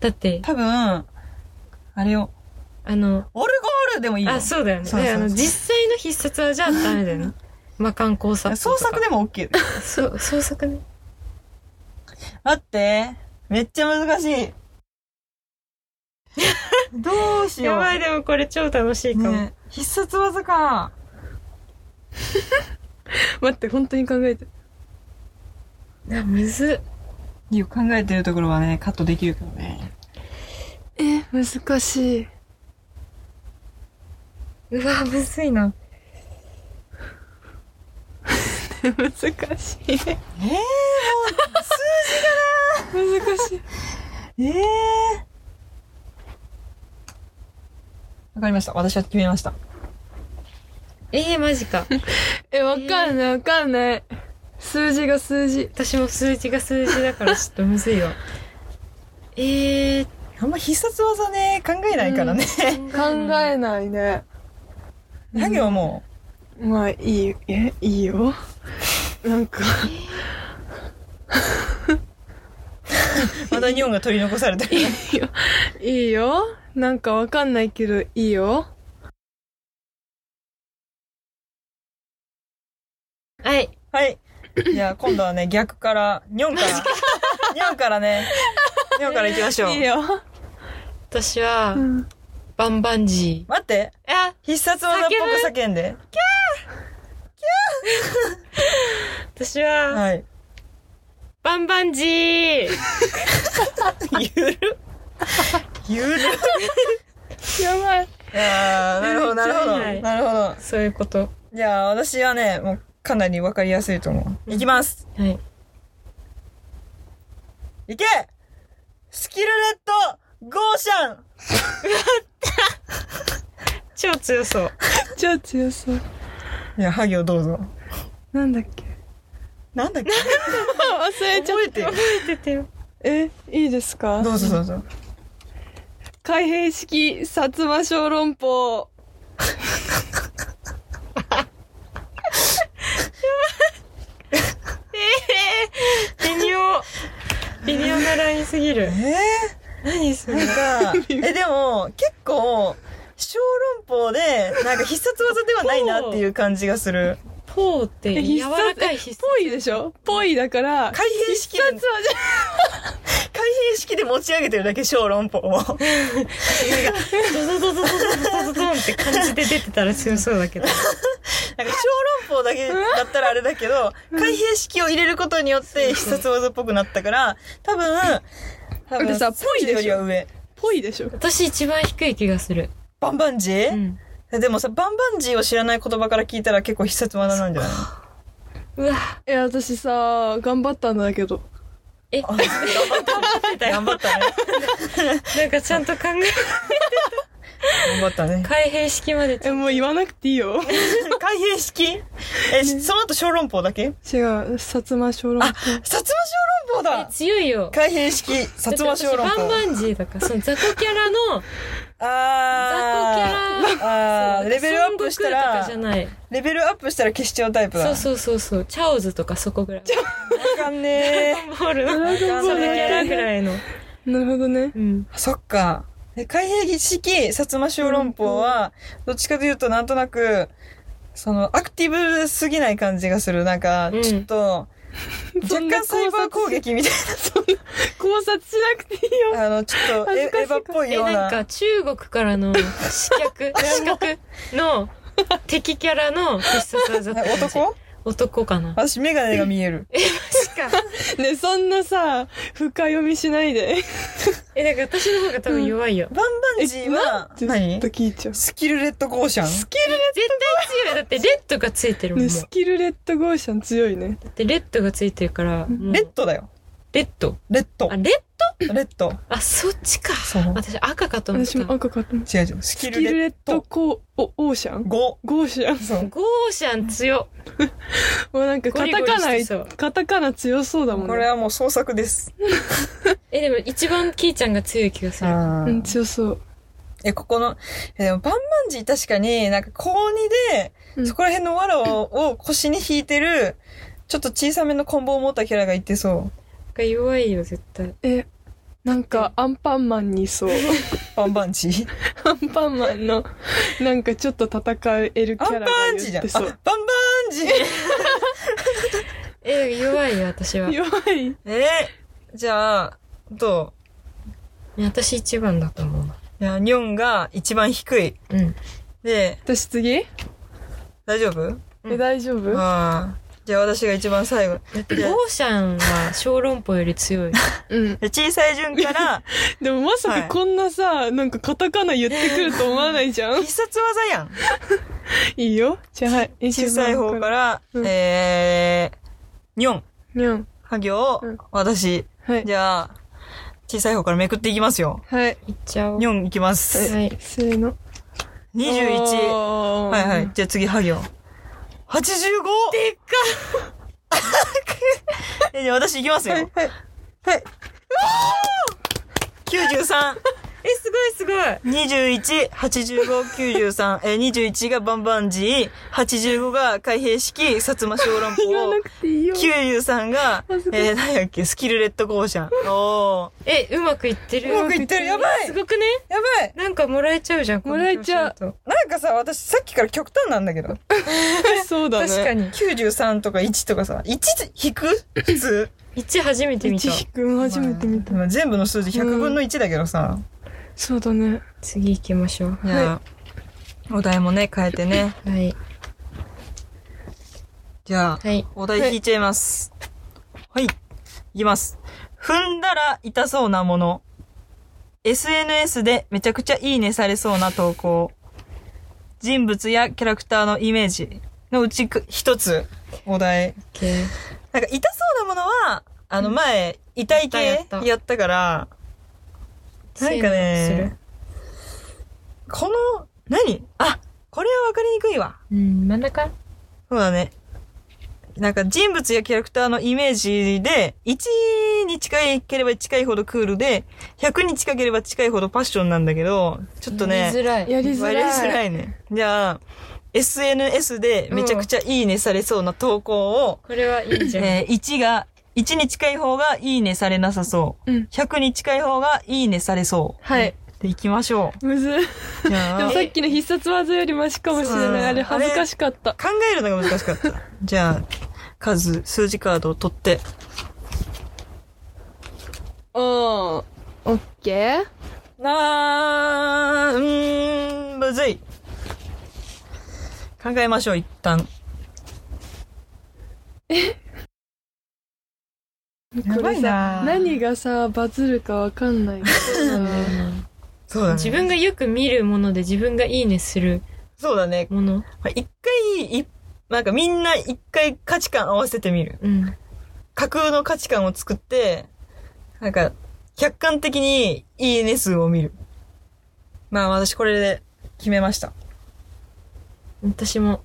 C: だって、
A: 多分、あれを、
C: あの、
A: オルゴールでもいいよ。
C: あ、そうだよね。
A: そうそうそう
C: であの実際の必殺技はダメだよね。魔漢工作。
A: 創作でも OK。
C: そう、創作ね。
A: 待って、めっちゃ難し い。どうしよう。
C: やばい、でもこれ超楽しいかも。
A: ね必殺技か。
B: 待って本当に考えて
C: な、むずっ。
A: いいよ、考えてるところはね、カットできるけどね。
B: え難しいう
C: わ、むずいな。
B: 難しい。えー、
A: えー、
B: 難しい。
A: ええわかりました。私は決めました。
C: えー、マジか。
B: え、わかんない、わかんない。数字が数字。
C: 私も数字が数字だからちょっとむずいわ。えー、
A: あんま必殺技ね、考えないからね。
B: 考えないね。
A: ハゲはもう、
B: まあ、いい、え、いいよ。なん か、
A: まだ日本が取り残されてる。
B: いいよ。なんかわかんないけど、いいよ。
C: はい。
A: はい。じゃあ、今度はね、逆から、ニョンから、ニョンからね、ニョンから行きましょう。
B: いいよ。
C: 私は
B: う、ん
C: バンバンジ
A: 待って、
C: ー。あ、
A: 必殺技っぽく叫んで。
C: 私は、
A: はい。
C: バンバンジー。
A: ゆる。ゆる。
B: やばい。
A: いやーなるほど、なるほど。
C: はい
A: なるほど。
C: そういうこと。
A: じゃあ、私はね、もう、かなりわかりやすいと思う。いきます。
C: はい。
A: いけスキルレットゴーシャン超強そう。
B: 超強そう
A: いや、ハ行どうぞ。
B: なんだっけ
A: なんだっけ
B: 忘れ
A: 覚えてよ。
B: えいいですか
A: どうぞどうぞ。
B: 開閉式薩摩小籠包
A: 微妙。
C: 微妙なラインすぎ
A: え
C: る。
A: 何それなんか、え、でも、結構、小籠包で、なんか必殺技ではないなっていう感じがする。
C: ポーって
B: え
C: 柔らかい
B: 必
C: 必
B: 殺えぽいでしょぽいだから
A: 開閉式で、開
B: 薩摩じゃ
A: 閉式で持ち上げてるだけ小籠包を。
C: ドドドドドドドドドンって感じで出てたら強そうだけど。
A: なんか小籠包だけだったらあれだけど、開閉式を入れることによって必殺技っぽくなったから、多分、多
B: だってさぽいでしょ
A: 30よりは上。
B: ぽいでしょ
C: 私一番低い気がする。
A: バンバンジ
C: う
A: ー、
C: ん。
A: でもさ、バンバンジーを知らない言葉から聞いたら結構必殺技なんじゃな いう
C: わ。
B: いや私さ頑張ったんだけど
C: え、
A: あ頑張ったね。頑張ったね。
C: なんかちゃんと考え、
A: 頑張ったね。
C: 開閉式までちょ
B: えもう言わなくていい よ
A: 開閉式え、その後小籠包だけ
B: 違う薩摩小籠包
A: 薩摩小籠包だ
C: え強いよ。
A: 開閉式、薩摩小籠
C: だって私
A: 包。
C: バンバンジーだから、その雑魚キャラの、
A: あー。
C: 雑魚キャラ。
A: あー、レベルアップした
C: 孫悟空とからじゃ、ない。
A: レベルアップしたら消しちゃうタイプだ。
C: そうそうそうそう。チャオズとかそこぐらい。チャ
A: わかんね
C: オボールの。
A: ー。わ
C: そ
A: か
C: の
A: ん
C: キャラ
A: ね
C: ぐらいの。
B: なるほどね
C: うん。
A: ー。そっか。え開閉式、薩摩小籠包は、どっちかというとなんとなく、その、アクティブすぎない感じがする。なんか
C: う、ん
A: ちょっと、
B: そ
A: 若
B: んな
A: 干サイバー攻撃みたい
B: 考察しなくていいよ
A: な、あの、ちょっとエ、エ
B: 恥ずかしい
A: ヴァっぽい
C: え、
A: ような。
C: なんか中国からの刺客、刺客の敵キャラの必殺技って
A: え
C: 感じ
A: 男
C: 男かな。
A: 私、メガネが見える。
C: 確か。
B: ねそんなさ深読みしないで
C: え、だから私の方が多分弱いよ。
A: バンバンジーは、
B: ちょっ
A: 何
B: と聞いちゃう
A: スキルレッドゴーシャン
B: スキルレ
C: 絶対強い。だってレッドがついてるもん。
B: ね、
C: もう
B: スキルレッドゴーシャン強いね。
C: だってレッドがついてるから、もう
A: レッドだよ。
C: レッド。
A: レッド
C: あ、。レッ
A: レッド。
C: あ、そっちか。
A: そう。
C: 私赤かと思っ
B: 私も
C: た。
B: 赤買った。
A: 違う違う。ス
B: ス
A: キ
B: キル
A: ルレ
B: レ
A: ッ
B: ッドコー、お、オーシャ
A: ド。
B: ン
A: ゴ。
B: ゴーシャン。
A: そう。
C: ゴーシャン強。
B: もうなんかカタカ
C: ゴリゴリ
B: ナ
C: してそう、
B: カタカナ強そうだもん
A: これ
B: ね。
A: はもう創作です。
C: え、でも一番キーちゃんが強い気がする。
A: あ
B: うん、強そう。
A: え、ここの、え、でもバンバンジー確かになんか高2で、
B: うん
A: そこら辺の藁をを腰に引いてる、ちょっと小さめのコンボを持ったキャラがいてそう。
C: なんか弱いよ、絶対。
B: え、なんかアンパンマンにいそう。
A: バンバンジ ー。
B: アンパンマンの、なんかちょっと戦えるキ
A: アン
B: ャラが
A: バンジーじ
B: 言
A: ゃ
B: っ
A: ん。あ
B: て
A: バ
B: そ
A: ンバ
B: う。
A: ンジー
C: え、弱いよ、私は。い
B: 弱い。
A: えじゃあ、ど
C: や私一番だと思うな。
A: ういや、ニョンが一番低い。
C: うん。
A: で、
B: 私次え、
A: 大丈夫
C: うん
B: 大丈夫
A: ああ。じゃあ私が一番最後。
C: だって、ゴーシャンは小籠包より強い。
B: うん。
A: で小さい順 から、
B: でもまさ
A: は
B: か
A: い
B: こんなさ、なんかカタカナ言ってくると思わないじゃん
A: 必殺技やん。
B: いいよ。じゃあはい。。
A: 小さい方からら、
B: うん
A: えー、4、
B: にゃん。
A: は行、
B: うん
A: 私。
B: はい。
A: じゃあ、小さい方からめくっていきますよ。
B: はい。
C: いっちゃおう。
A: 4いきます。
C: はい。
B: せーの。
A: 21。
B: おー
A: はいはい。。じゃあ次、は行。85! でっ かじゃあ私いきますよ。はい。はい。93。
C: え、すごいすごい。
A: 21、85、93、えー、21がバンバンジー、85が開閉式、薩摩小籠
B: 言わ
A: 包
B: な、くていいよ。
A: 93が
B: 恥ず、かしい
A: えー、何やっけ、スキルレッドゴーシャン。 お
C: え、うまくいってる
A: ー。うまくいってる、やばい
C: すごくね
A: やばい
C: なんかもらえちゃうじゃん。
B: もらえちゃう
C: この調子だと
A: なんかさ、私さっきから極端なんだけど。
B: そうだね。
C: 確かに。
A: 93とか1とかさ、1引く普 通。
C: 1初めて見た。
B: 一くん初めて見た。
A: まあ全部の数字100分の1だけどさ。
B: そうだね。
C: 次行きましょう。
A: いや、お題もね、変えてね。
C: はい。
A: じゃあ、
C: はい。
A: お題引いちゃいます。はい。いきます。踏んだら痛そうなもの。SNS でめちゃくちゃいいねされそうな投稿。人物やキャラクターのイメージのうちく一つお題。
C: OK。
A: なんか痛そうなものは、あの前、遺体
C: や
A: 系
C: った
A: やったから、なんか
C: そういうの
A: ね
C: す、
A: この、何あ、これはわかりにくいわ。
C: るうん、真ん中
A: そうだね。なんか人物やキャラクターのイメージで、1に近いければ近いほどクールで、100に近ければ近いほどパッションなんだけど、ちょっとね、
C: 見づらい。
B: やりづ
A: 割
B: ら
A: り
B: い
A: づらいね。じゃあ、SNS でめちゃくちゃいいねされそうな投稿を、
C: これはいいじゃん。
A: えー1が、1に近い方がいいねされなさそう。
B: うん
A: 100に近い方がいいねされそう。
B: はい
A: で、行きましょ。
B: むずいう
A: じゃあ
B: でもさっきの必殺技よりマシかもしれない
A: そう
B: あれ恥ずかしかった
A: 考えるのが難しかった。じゃあ、数、数字カードを取って、
B: うんオッケー
A: なー、うーん、むずい。考えましょう、一旦。えや
B: こ
A: ば
B: れ
A: い
B: さ
A: な
B: 何がさバズるかわかんない
A: そうだね。
C: 自分がよく見るもので自分がいいねする
A: そうだね。
C: もの。
A: まあ一回、いなんかみんな一回価値観合わせてみる。
C: うん。
A: 架空の価値観を作って、なんか、客観的にいいね数を見る。まあ私これで決めました。
C: 私も。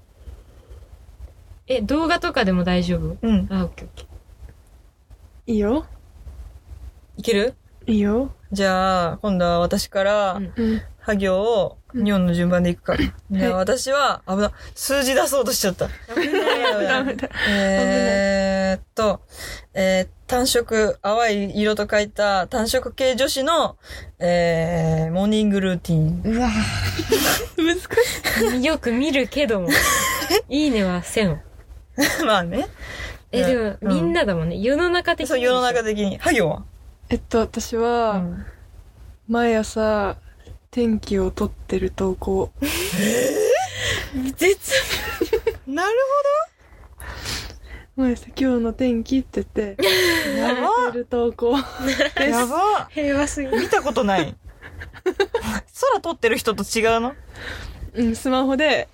C: え、動画とかでも大丈夫
A: うん。
C: あ、オッケーオッケー。
B: いいよ
A: いける
B: いいよ
A: じゃあ、今度は私から、
C: うん
B: うん
A: は行を日本の順番でいくか。じゃあ私は、危な、数字出そうとしちゃった。
B: ダメだ
A: えーっと、えー単色、淡い色と書いた単色系女子の、えー、モーニングルーティン。
D: うわ
B: 難しい
C: よく見るけ ども。いいねはせん。
A: まあね。
C: え、
A: ね
C: で
A: う
C: も、
A: ん
C: みんなだもんね。世の中的
A: そう、世の中的に。は行は
B: えっと私は、
A: うん
B: 毎朝天気を撮ってる投稿
C: 絶
A: なる
B: 毎朝今日の天気って言って
A: ほど。 や
B: 撮ってる投稿
A: ばやば
C: 平和すぎ。
A: 見たこと ない。空撮ってる人と違うの
B: うんスマホで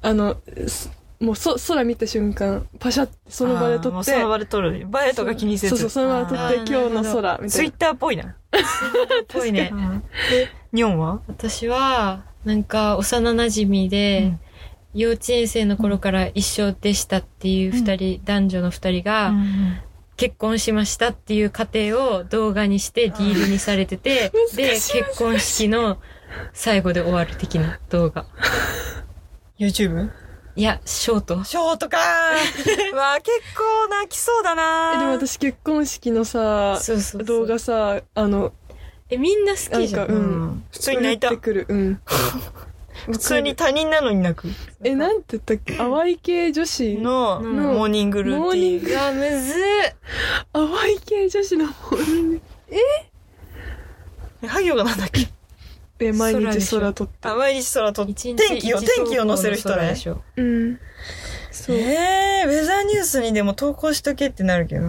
B: あのすもうそ空見た瞬間パシャってその場で撮
A: あーも
B: っ
A: う
B: て
A: その場で撮る。映えとか気にせず。
B: そうそうその場で撮って
C: あー
B: 今日の空みた
A: ツイ
B: い
A: ッターっぽい な。
C: ぽいね。
A: 日本は
C: 私は、なんか、幼馴染で、
A: うん
C: 幼稚園生の頃から一緒でしたっていう二人、男女の二人が、結婚しましたっていう過程を動画にしてリールにされてて、で、結婚式の最後で終わる的な動画。
A: YouTube?
C: いや、ショート。
A: ショートかーうわー結構泣きそうだな
B: なえ
A: ー
B: でも私結婚式のさ
C: そうそうそう
B: 動画さあの
C: え、みんな好きじゃ
B: なん
C: ん。
B: か
A: うん。普通に泣いた
B: 降っ。てくるうん
A: 普通に他人なのに泣く。
B: えなんて言ったっけ淡い系女子
A: の、
C: の
A: モーニングルーティ
B: モーニン
A: ン。
C: うわ、むずっ
B: 淡い系女子のモーニング
A: えハ行がなんだっけ
B: え毎
C: 空で
B: 日
C: しょ
B: 空撮って
A: あ、毎日空撮って。
C: 一日
A: 天気を、
C: 一投
A: 天
C: 稿
A: 気を載せる人
C: の空
A: ね
C: で。しょ
B: うんそう
A: えー、ウェザーニュースにでも投稿しとけってなるけど。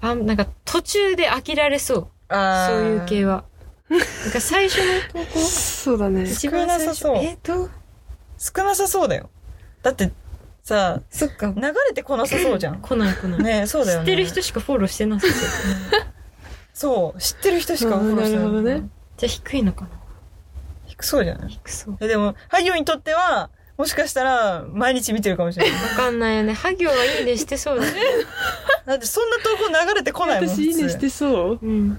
C: あ、なんか途中で飽きられそう。
A: あ
C: そういう系
A: は。
C: は。なんか最初の投稿
B: そうだね
C: 一番最
A: 少なさ
C: 初
A: そう
C: えっと、
A: 少なさそうだよ。だって、さ、
C: そっか
A: 流。れてこなさそうじゃん。
C: 来ない来ない。
A: ねえ、そうだよ
C: 知
A: ね。
C: ってる人しかフォローしてなさそう。
A: そう、知ってる人しかフォローして
B: あーなるほどね。
C: じゃあ低いのかな
A: 低そうじゃない
C: 低そう。
A: えでも、ハ行にとっては、もしかしたら、毎日見てるかもしれ ない。
C: わかんないよね。ハ行はいいねしてそうだね。
A: だって、そんな投稿流れてこないもん。
B: 私いいねし
A: 普通
B: てそう
C: うん。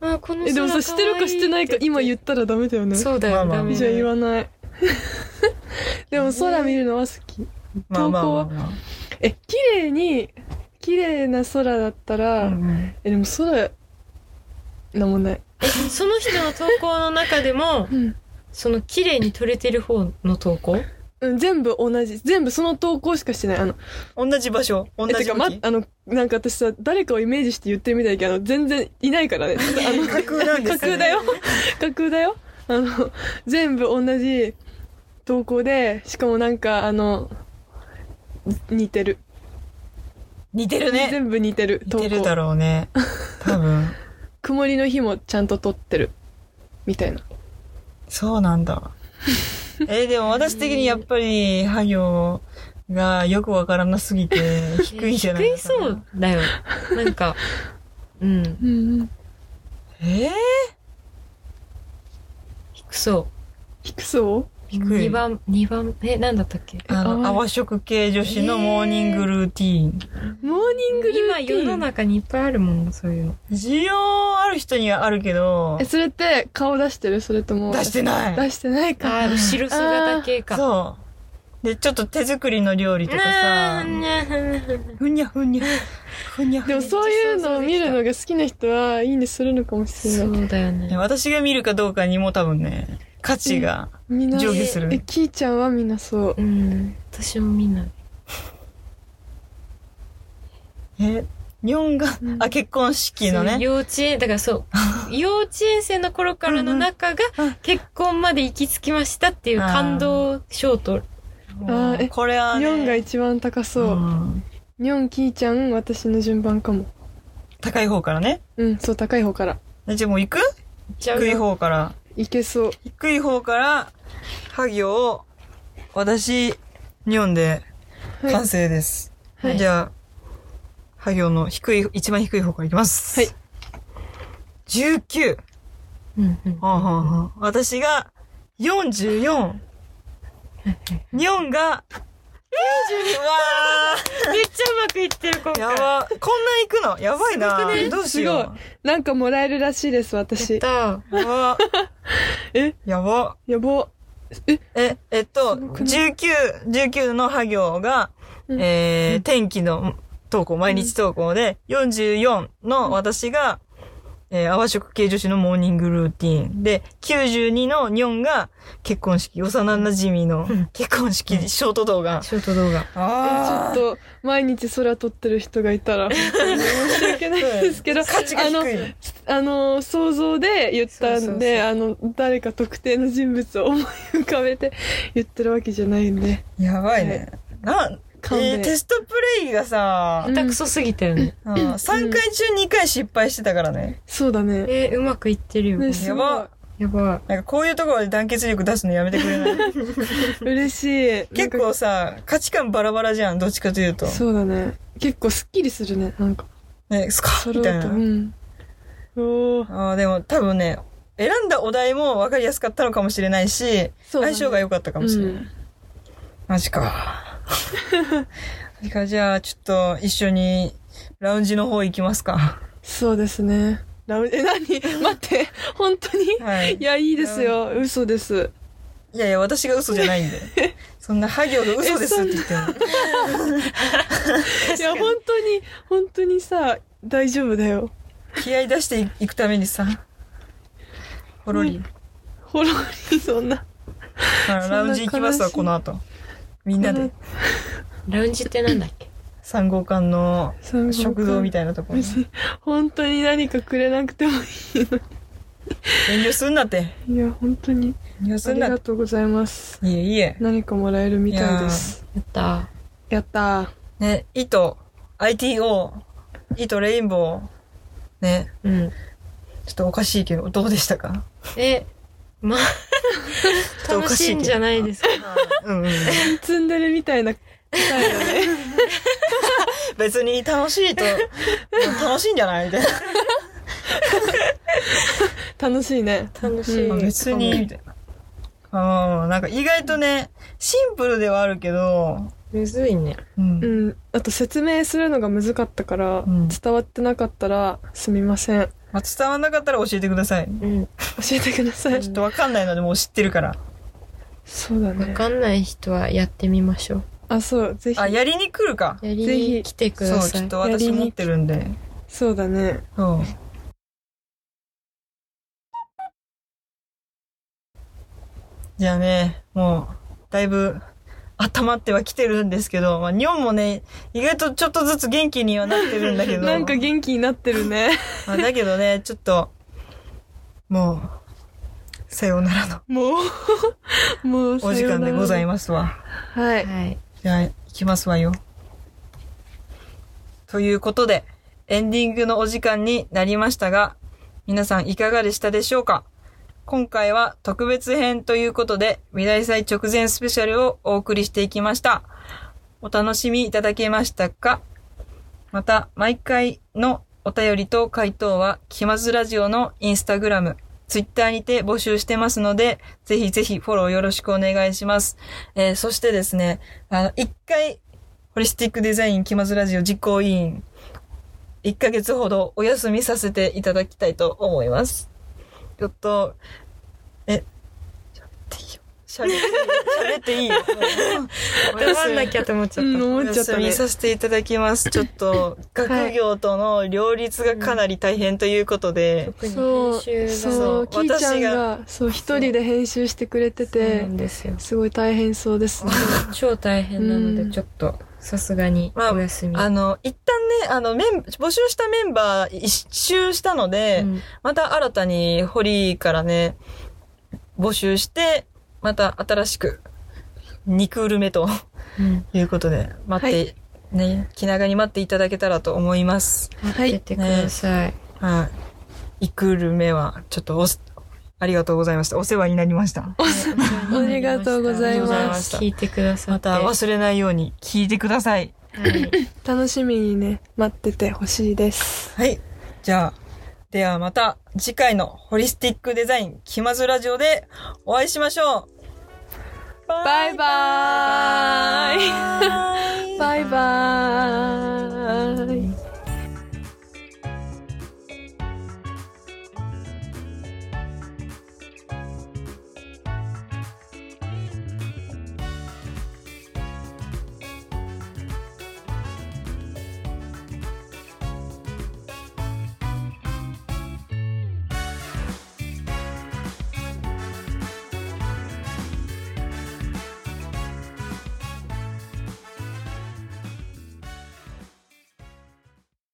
C: あ、この
B: えでもさしてるかしてないか今言
C: っ
B: ったらダメだよ
C: て
B: ね
C: そうだよ、
A: まあまあ
C: ダメ
B: じゃあ
C: だ
B: 言
C: よ。
B: わ ないでも空見るのは好き
A: まあまあまあま
B: え綺麗に綺麗な空だった
A: あ。
B: ら、
A: うん
B: えでも空なんもない
C: えその人の投稿の中でも、
B: うん、
C: その綺麗に撮れてる方の投稿
B: うん、全部同じ全部その投稿しかしてないあの
A: 同じ場所、同
B: えて
A: じ
B: かま
A: 向き。
B: あのなんか私さ誰かをイメージして言ってるみたいだけどあの全然いな いからねあの
A: 架空なんです
B: 架
A: ね
B: 空だ よ架空だよあの全部同じ投稿でしかもなんかあの似てる、
A: 似てるね。
B: 全部似てる
A: 似
B: 投
A: てるだ
B: 稿
A: ろうね。多分。
B: 曇りの日もちゃんと撮ってるみたいな
A: そうなんだ。えーでも私的にやっぱり、ハ行、がよくわからなすぎ て、低いんじゃない
C: 低いそうだよ。なんか、うん、
B: うんうん
A: えー、
C: 低そ
B: 低そう
A: 低
C: う。
A: い
C: 2。番、二番、え、なんだったっけ
A: あの、
B: あ
A: 泡食系女子のモーニングルーティーン。
B: モーニングルー
C: 今
B: ティ
C: 世
B: ン
C: の中にいっぱいあるもん、そういうの。
A: 需要ある人にはあるけど
B: え、それって顔出してるそれとも
A: 出してない。
B: 出してない
C: あ
B: か
C: ー、後ろ姿系か。
A: そう。で、ちょっと手作りの料理とか
C: な
A: さ
C: あ、にゃ
A: ふにゃふにゃ、ふにゃふ
B: で
A: に
B: も
A: ゃ。
B: そういうのを見るのが好きな人はいいねするのかもしれ
C: そ
B: ないう
C: だよね。
A: 私が見るかどうかにも多分ね、価値が
B: みんな
A: 上下する。
B: えキーちゃんはみんなそう
C: うん、私も見ない。
A: え、日本が
B: う、ん
A: あ、結婚式の
C: そう
A: ね。
C: 幼稚園、だからそう、幼稚園生の頃からの中が
A: うんうん
C: 結婚まで行き着きましたっていう感動賞と、
B: あーえ
A: これは
B: ニ
A: ね、
B: ョンが一番高そううんニョンキーちゃん私の順番かも
A: 高い方からね。
B: うんそう高い方から
A: えじゃあもう行く
C: じゃあ
A: 低い方から。
B: いけそう
A: 低い方から、ハ行を、私、日本で
B: はい
A: 完成です。
C: はい
A: じゃあ、ハ行の低い、一番低い方からいきます。
B: はい。
A: 19。
C: うんうん。
A: はんはんはん私が44。日本が、22。うわ
C: めっちゃうまくいってる、今
A: ー
C: 回。
A: やば。こんなん行くのやばい
C: すごく
A: な。
C: ね
A: どうしよ
B: なんかもらえるらしいです
C: や
B: 私
C: った。
A: う。や ば。
B: え
A: やば。
B: やばえ
A: え、えっと、
B: ごくな
A: 19、19のハ行が、
B: うん
A: えー、天気の投稿、毎日投稿で、44の私が、えー、泡食系女子のモーニングルーティーン。で、92のニョンが結婚式、幼馴染みの
C: うん
A: 結婚式、ショート動画。
C: ショート動画。
A: あ
B: ちょっと毎日空撮ってる人がいたら申し訳ないですけどあ
A: 価値が
B: の
A: 低いの。
B: あの想像で言った
C: そ
B: ん
C: うそうそう
B: であの誰か特定の人物を思い浮かべて 言ってるわけじゃないんで
A: やばいね。な、え
B: 勘弁
A: ーテストプレイがさ、
C: 下手くそすぎたよね。
A: うん3回中2回失敗してたからね。
B: そうだね
C: えー、うまくいってるよ。
B: ねすご
C: やば
A: なんかこういうところで団結力出すのやめてくれ ない
B: い嬉しい
A: 結
B: なん
A: 構さ、価値観バラバラじゃん、どっちかというと
B: か。そうだね結構すっきりするねなんか
A: ね、スカッ
B: そ
A: みたい
B: れとう
A: な。
B: んおー
A: あーでも多分ね、選んだお題も分かりやすかったのかもしれないし、
B: そうだね
A: 相性が良かったかもしれない。
B: うん
A: マジか。 マジか、じゃあちょっと一緒にラウンジの方行きます か。
B: そうですねラウン え何待って本当に
A: はい。
B: いやいいですよ嘘です
A: いやいや、私が嘘じゃないんで。 そんな、ハ行が嘘ですって言っても。
B: いや本当に本当にさ大丈夫だよ
A: 気合い出していくためにさ、ほろり。
B: ほろりそんな
A: あの
B: そんな
A: ラウンジ行きます
B: 悲
A: わ、
B: しい
A: この後。みんなで、
C: い。ラウンジってなんだっけ
A: 3号館の食堂み
B: た
A: た
B: い
A: いなところに。
B: 本当に何かくれなくても
A: 遠慮すんなって。
B: いいいや本当に
A: 遠慮
B: あ
A: すん
B: り
A: なっ
B: が
A: て。
B: とうございます
A: いえいえ。
B: 何かもらえるみたいです
C: やった。
B: やったー
A: ね、糸、ITO、糸レインボー。ね、
C: うん。
A: ちょっとおかしいけど、どうでしたか
C: え、まあ、
A: ちょっとお
C: 楽
A: かし
C: し
A: い
C: いん
A: けど
C: じゃないですか。
A: うんうん。
B: 積んでるみたいな答えだね
A: 別に楽しいと、楽しいんじゃないみたいな。
B: 楽しいね
C: 楽し
B: うん
C: い。
A: 別に、みたいな。ああ、なんか意外とね、シンプルではあるけど、
C: むずいね。
A: うん
B: うんあと説明するのが難かったから、
A: うん
B: 伝わってなかったらすみません
A: まあ、伝わんなかったら教えてください。ち
C: うん。
B: 教えてください、
A: ょっとわかんないのでもう知ってるから。
B: そうだ
C: わ
B: ね
C: かんない人はやってみましょ
B: あそうぜひ
A: あ、やりに来るか
C: う。。やり
B: ぜひ
C: に来てく
A: そう、
C: ださ
A: ちょっ
C: い。
A: と私持ってるんで。
B: そうだね
A: そう。じゃあね、もう、だいぶ、温まっては来てるんですけど、まあ、日本もね、意外とちょっとずつ元気に はなってるんだけど。
B: なんか元気になってるね
A: まあだけどね、ちょっと、もう、さようならの
B: もうもう
A: お時間でござい
B: ま
A: ますわ。
B: すはい
C: はい。
A: じゃあ、行きますわよ。ということで、エンディングのお時間になりましたが、皆さんいかがでしたでしょうか今回は特別編ということで、未来祭直前スペシャルをお送りしていきました。お楽しみいただけましたかまた、毎回のお便りと回答は、気まずラジオのインスタグラム、ツイッターにて募集してますので、ぜひぜひフォローよろしくお願いします。えーそしてですね、あの、一回、ホリスティックデザイン気まずラジオ実行委員、一ヶ月ほどお休みさせていただきたいと思います。ちょっと、え、喋っていいよ。喋っていいよ。
E: 頑張んなきゃって思っちゃっ
B: うん
E: た。
B: 思っちゃっ
A: お休
B: たね
A: みさせていただきます。ちょっ と、学業との両立がかなり大変ということ で、
E: 特に
B: そう
E: 編集が
B: そ
A: そ
B: うき
A: う
B: いちゃん
A: 私
B: がそう一人で編集してくれて
E: そうな
B: て
E: んですよ。
B: すごい大変そうですね
E: 超大変なの
B: う
E: で、
B: ん
E: ちょっと、さすがに、お休み。
A: あの、一旦ね、あの、メン、募集したメンバー一周したので、
E: うん
A: また新たに堀からね、募集して、また新しく、2クール目と
E: うん
A: いうことで、待って、ね、気長に待っていただけたらと思います。
B: は
E: 出
B: い
E: てください。
A: はい。1クール目は、ちょっとおす、ありがとうございました。お世話になりました。
B: ありがとうございます
E: 聞いてくださ
A: ま
E: って。
A: た忘れないように聞いてください。
E: はい
B: 楽しみにね待っててほしいです
A: はい。じゃあ、ではまた次回のホリスティックデザイン気まずラジオでお会いしましょう。
B: バイバー
A: バ
B: イ
A: イバーイ